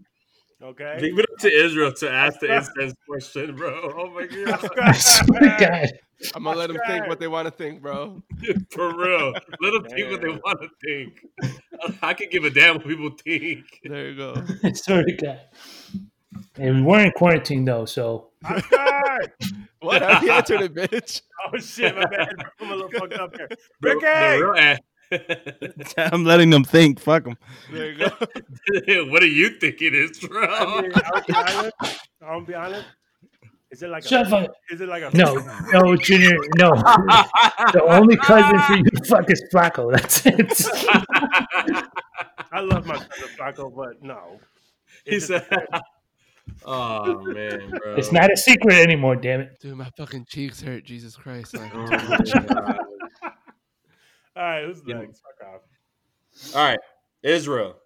Okay. *laughs*
Leave it up to Israel to ask the incense question, bro. Oh
*laughs*
my god,
I swear to God.
I'm gonna let them think
Okay.
what they want to think, bro.
*laughs* for real. Let them think what they
Yeah.
want to think. *laughs* I could give a damn what people think.
There you *laughs* go.
I swear to God. *laughs* And we're in quarantine though, so
Oscar.
What? I already answered it, bitch.
Oh shit, my bad. *laughs* bro. I'm a little fucked up here.
The-
Ricky.
the real ass-
*laughs*
I'm letting them think. Fuck them.
There you go.
what do you think it is, bro?
I mean, I'll be honest. I'll be honest. Is it like
shut the
a?
fuck. up.
Is it like a?
No, no, Junior, no.
*laughs*
The only cousin for you to fuck is Flacco. That's it.
I love my cousin Flacco, but no.
He
It's
said, *laughs* "Oh man, bro,
It's not a secret anymore. Damn it.
*laughs* Dude, my fucking cheeks hurt. Jesus Christ. *laughs*
Oh, my God.
Like,
All right, who's
Yeah.
next? Fuck off.
All right, Israel.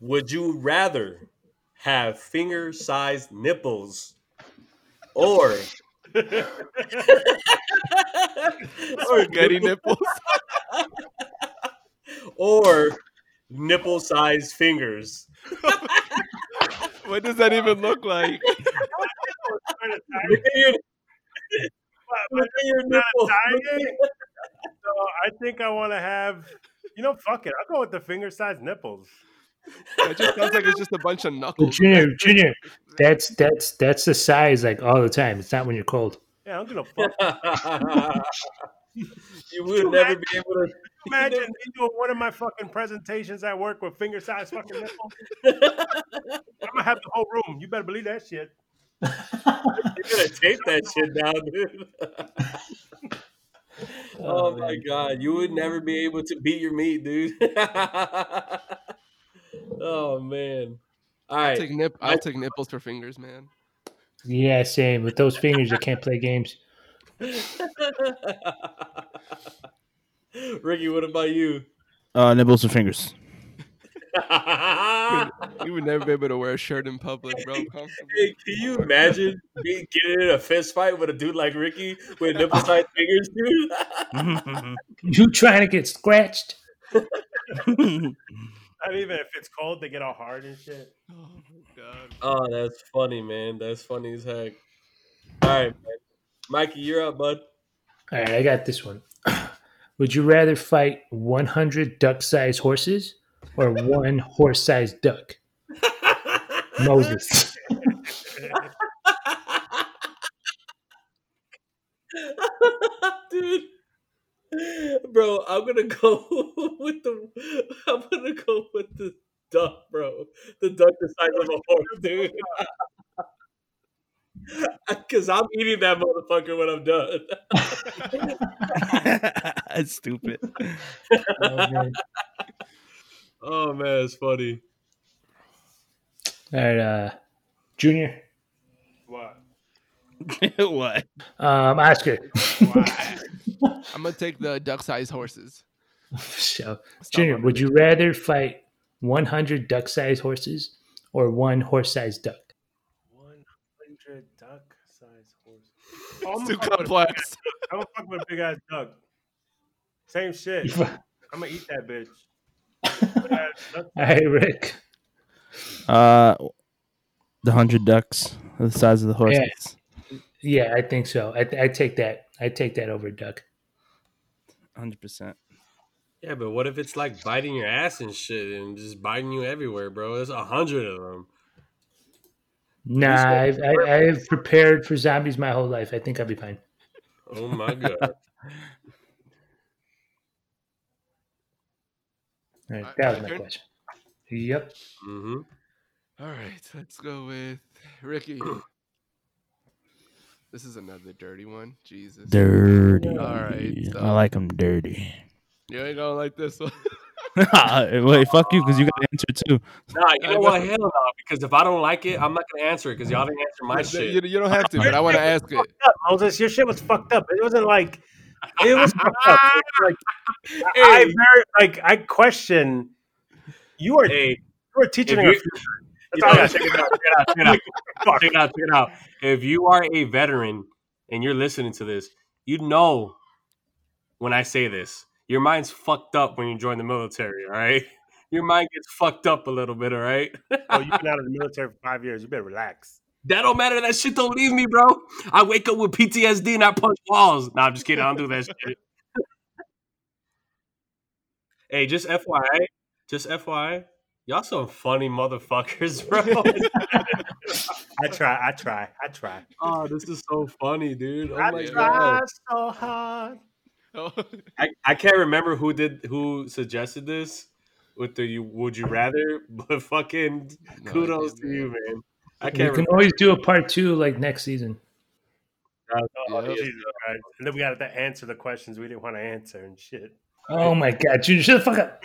Would you rather have finger-sized nipples
*laughs*
or *laughs* or
Spaghetti nipples.
or nipple-sized fingers?
What does that even look like?
Look *laughs* at your, look at your nipple. *laughs*
Dying? So I think I want to have. You know, fuck it. I'll go with the finger sized nipples.
That just sounds like it's just a bunch of
But
knuckles.
Junior, Junior, that's that's that's the size like all the time. It's not when you're cold.
Yeah, I'm
*laughs*
gonna fuck.
you would never be able to
Imagine me doing one of my fucking presentations at work with finger sized
*laughs*
fucking nipples. I'm gonna have the whole room. You better believe
*laughs*
that shit.
You're gonna tape that shit down, dude. *laughs* oh my god, you would never be able to beat your meat, dude. *laughs* oh man. All
I'll
right.
take, nip- I'll take nipples for fingers, man.
Yeah, same. With those fingers, you can't play games.
*laughs*
*laughs*
Ricky, what about you?
Uh, nibbles and fingers. *laughs*
hey,
You would never be able to wear a shirt in public, bro. Comfortable.
can you imagine being, getting in a fist fight with a dude like Ricky with *laughs* nipple sized fingers, dude?
You trying to get scratched?
*laughs* Not even if it's cold, they get all hard and shit.
Oh, my God.
oh, that's funny, man. That's funny as heck. All right, man. Mikey, you're up, bud.
All right, I got this one. *clears throat* Would you rather fight 100 duck-sized horses or one horse-sized duck? Moses.
Dude. Bro, I'm gonna go *laughs* with the I'm gonna go with the duck, bro. The duck the size of a horse, dude. *laughs* Cause I'm eating that motherfucker when I'm done.
That's stupid. *laughs*
Oh, man.
Oh man, it's funny.
All right, uh, Junior,
What?
what?
um, Oscar.
Why?
I'm going to take the duck sized horses.
so,
Stop
Junior,
on
would
it.
you rather fight 100 duck-sized horses or one horse-sized duck?
One hundred duck sized horse. Oh, I'm
It's too
gonna fuck with a-
complex.
I'm gonna fuck with a big ass duck.
*laughs*
Same shit.
All
I'm gonna eat that bitch. *laughs*
right, Rick.
Uh, the hundred ducks, the size of the horse.
Yes. Yeah, I think so. I, I take that. I take that over duck.
Hundred percent.
Yeah, but what if it's like biting your ass and shit and just biting you everywhere, bro? There's a hundred of them.
Nah, I've, I, I've prepared for zombies my whole life. I think I'll be fine.
Oh my *laughs* god.
All right,
Alright,
that was
my
my
turn?
question. Yep.
hmm
All right, let's go with Ricky. This is another dirty one. Jesus.
Dirty.
All right, so-
I like them dirty.
You ain't gonna like this one.
*laughs* Wait, fuck you, because you got to answer too.
Nah, you
I
know what?
know.
Oh, Hell no, because if I don't like it, I'm not gonna answer it because y'all didn't answer my shit.
You, you don't have to, but I want to ask it.
Up, Moses, your shit was fucked up. It wasn't like
*laughs*
it was fucked up. It was like, I I very like I question. You are
Hey,
you are teaching
if
her.
you-
That's
you
all I
know,
got.
check it out, check it out, check it
*laughs*
out. Check it out, check it out. If you are a veteran and you're listening to this, you know when I say this, your mind's fucked up when you join the military, all right? *laughs* Your mind gets fucked up a little bit, all right?
Oh, you've been out of the military for five years. You better relax.
That don't matter. That shit don't leave me, bro. I wake up with PTSD and I punch walls. Nah, I'm just kidding. I don't do that shit. hey, just FYI, just FYI, y'all some funny motherfuckers,
*laughs*
bro.
I try. I try.
*laughs*
I try.
oh, this is so funny, dude. Oh
I
my
try
god.
so hard.
Oh,
I, I can't remember who did who suggested this with the you would you rather, *laughs* but fucking
no,
kudos
dude,
to you, man. I
You
can't
can
remember.
always do a part two like next season.
Oh,
Yeah.
Jesus Christ. And then we got to answer the questions we didn't want to answer and shit.
Oh my god, Junior, shut the fuck up.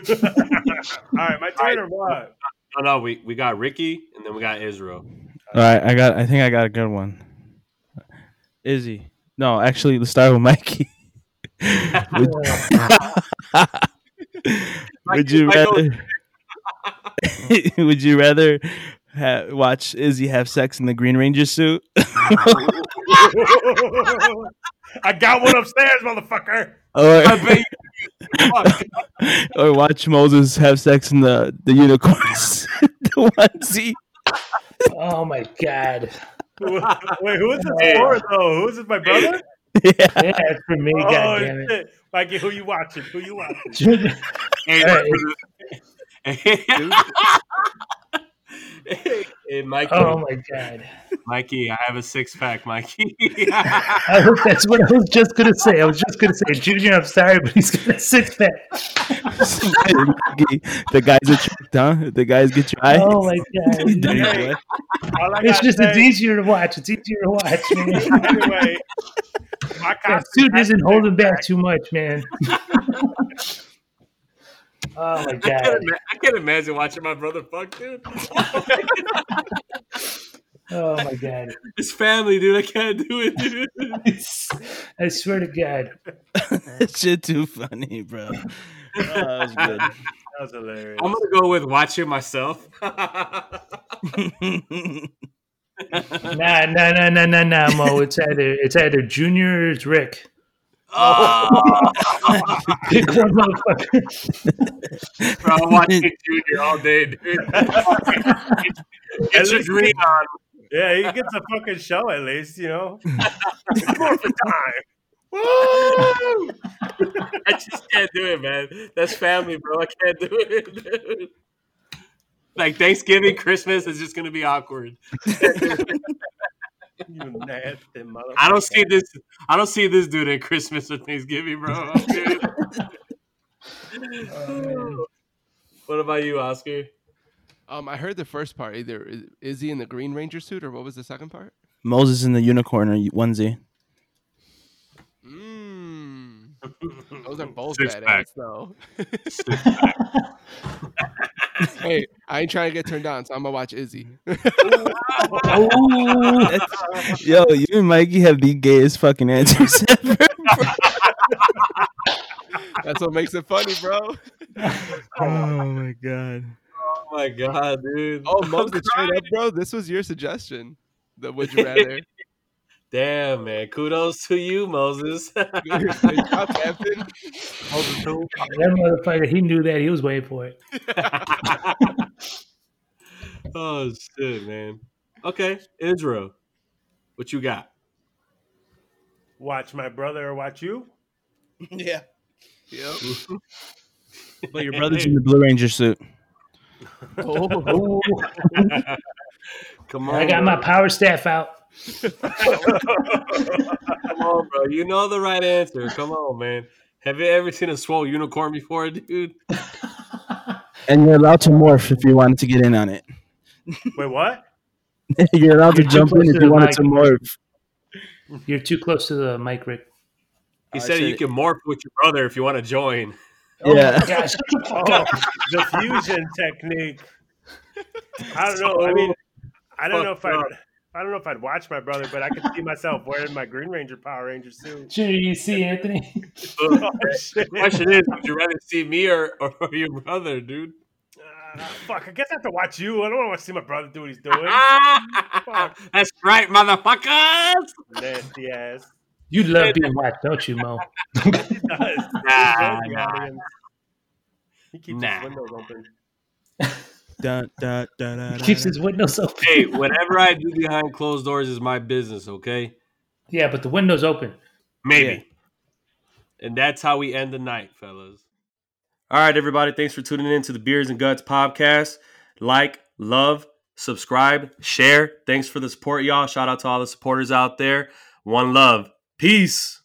All right, my turn or what?
No, no, we, we got Ricky and then we got Israel.
All right, I got. I think I got a good one. Izzy. No, actually, let's start with *laughs* Mikey. would, *laughs* Would you
I know-
rather? would you rather *laughs* ha- watch Izzy have sex in the Green Ranger suit?
*laughs* I got one upstairs, motherfucker. *laughs*
*laughs* or,
I bet *laughs* you- Fuck.
or watch Moses have sex in the the unicorns, *laughs* the onesie.
Oh my god.
Wait, who is this for, though? Who is this, my
*laughs*
brother?
Yeah.
Yeah, it's for me,
Oh,
god damn it.
shit. Mikey, who you watching? Who you
*laughs*
watching?
Junior-
Hey,
Hey.
hey, *laughs* hey, Mikey,
Oh my god.
Mikey, I have a six pack, Mikey. *laughs*
I hope that's what I was just gonna say. I was just gonna say, Junior, I'm sorry, but he's gonna six pack.
Mikey, *laughs* the guys are tricked, huh? The guys get your eye. *laughs*
Oh my *laughs* god.
Dirty boy.
All I
It's
gotta
just
say-
it's easier to watch. It's easier to watch, man. *laughs*
anyway, my
That
cock
suit isn't holding back too much, *laughs* man. oh my
I, can't
god.
ima- I can't imagine watching my brother fuck, dude.
Oh my god.
It's family, dude. I can't do it, dude.
I swear to God.
That shit too funny, bro. Oh, that was good.
That was hilarious.
I'm gonna go with watching myself. *laughs* Oh,
Nah, nah, nah, nah, nah, nah, Mo. It's either it's either Junior or it's Rick.
oh,
*laughs* Pick one motherfucker.
bro, I'm watching Junior all day, dude. Get- Get your green on.
Yeah, he gets a fucking show at least, you
*laughs*
know. *laughs*
*laughs* I just can't do it, man. That's family, bro. I can't do it. *laughs* dude. Like Thanksgiving, Christmas is just gonna be awkward.
You nasty motherfucker.
I don't see this. I don't see this dude at Christmas or Thanksgiving, bro. *laughs* Oh, what about you, *laughs* Oscar?
*laughs* Um, I heard the first part. Either is- is he in the Green Ranger suit, or what was the second part?
*laughs* Moses in the unicorn or *laughs* onesie.
Mm.
Oh,
Those are both
Six
badass,
pack.
though. *laughs* hey, I ain't trying to get turned down, so I'm gonna watch Izzy. *laughs*
Oh, yo, you and Mikey have the gayest fucking answers *laughs* ever.
That's what makes it funny,
*laughs*
bro.
oh my god.
Oh my god, dude!
Oh, Moses, straight up, bro. This was your suggestion. The would you
*laughs*
rather?
*laughs* Damn, man! Kudos to you, Moses. *laughs*
Good job, Captain.
That motherfucker, he knew that. He was waiting for it.
oh shit, man. Okay, Israel, what you got?
Watch my brother or watch *laughs* you?
Yeah.
Yep.
But your brother's in the Blue Ranger suit.
Oh,
Come on,
I got
bro.
my power staff out.
Come on, bro. You know the right answer. Come on, man. Have you ever seen a swole unicorn before, dude?
And you're allowed to morph if you wanted to get in on it. *laughs*
Wait, what?
you're allowed to
You're too
jump
close
in
to
if
the
you wanted to
mic.
morph.
You're too close to the mic, Rick.
He said you can morph with your brother if you want to join.
Yeah.
Gosh,
Oh, the fusion technique. I don't know. I mean, I don't know if I. I don't know if I'd watch my brother, but I could see myself wearing my Green Ranger Power Ranger suit.
sure you see Anthony.
*laughs* Oh, *laughs* shit.
Question is, would you rather see me or, or your brother, dude?
Ah, fuck, I guess I have to watch you. I don't want to see my brother do what he's doing.
*laughs* That's right, motherfuckers.
Nasty ass. *laughs*
You love being watched, don't you, Mo?
He does. He does
Nah,
the
nah.
audience. He keeps
Nah.
his windows open.
Dun, dun, dun, dun,
He
dun,
keeps
dun.
his windows open.
Hey, whatever I do behind closed doors is my business, okay?
Yeah, but the window's open.
Maybe. And that's how we end the night, fellas.
All right, everybody. Thanks for tuning in to the Beers and Guts podcast. Like, love, subscribe, share. Thanks for the support, y'all. Shout out to all the supporters out there. One love. Peace.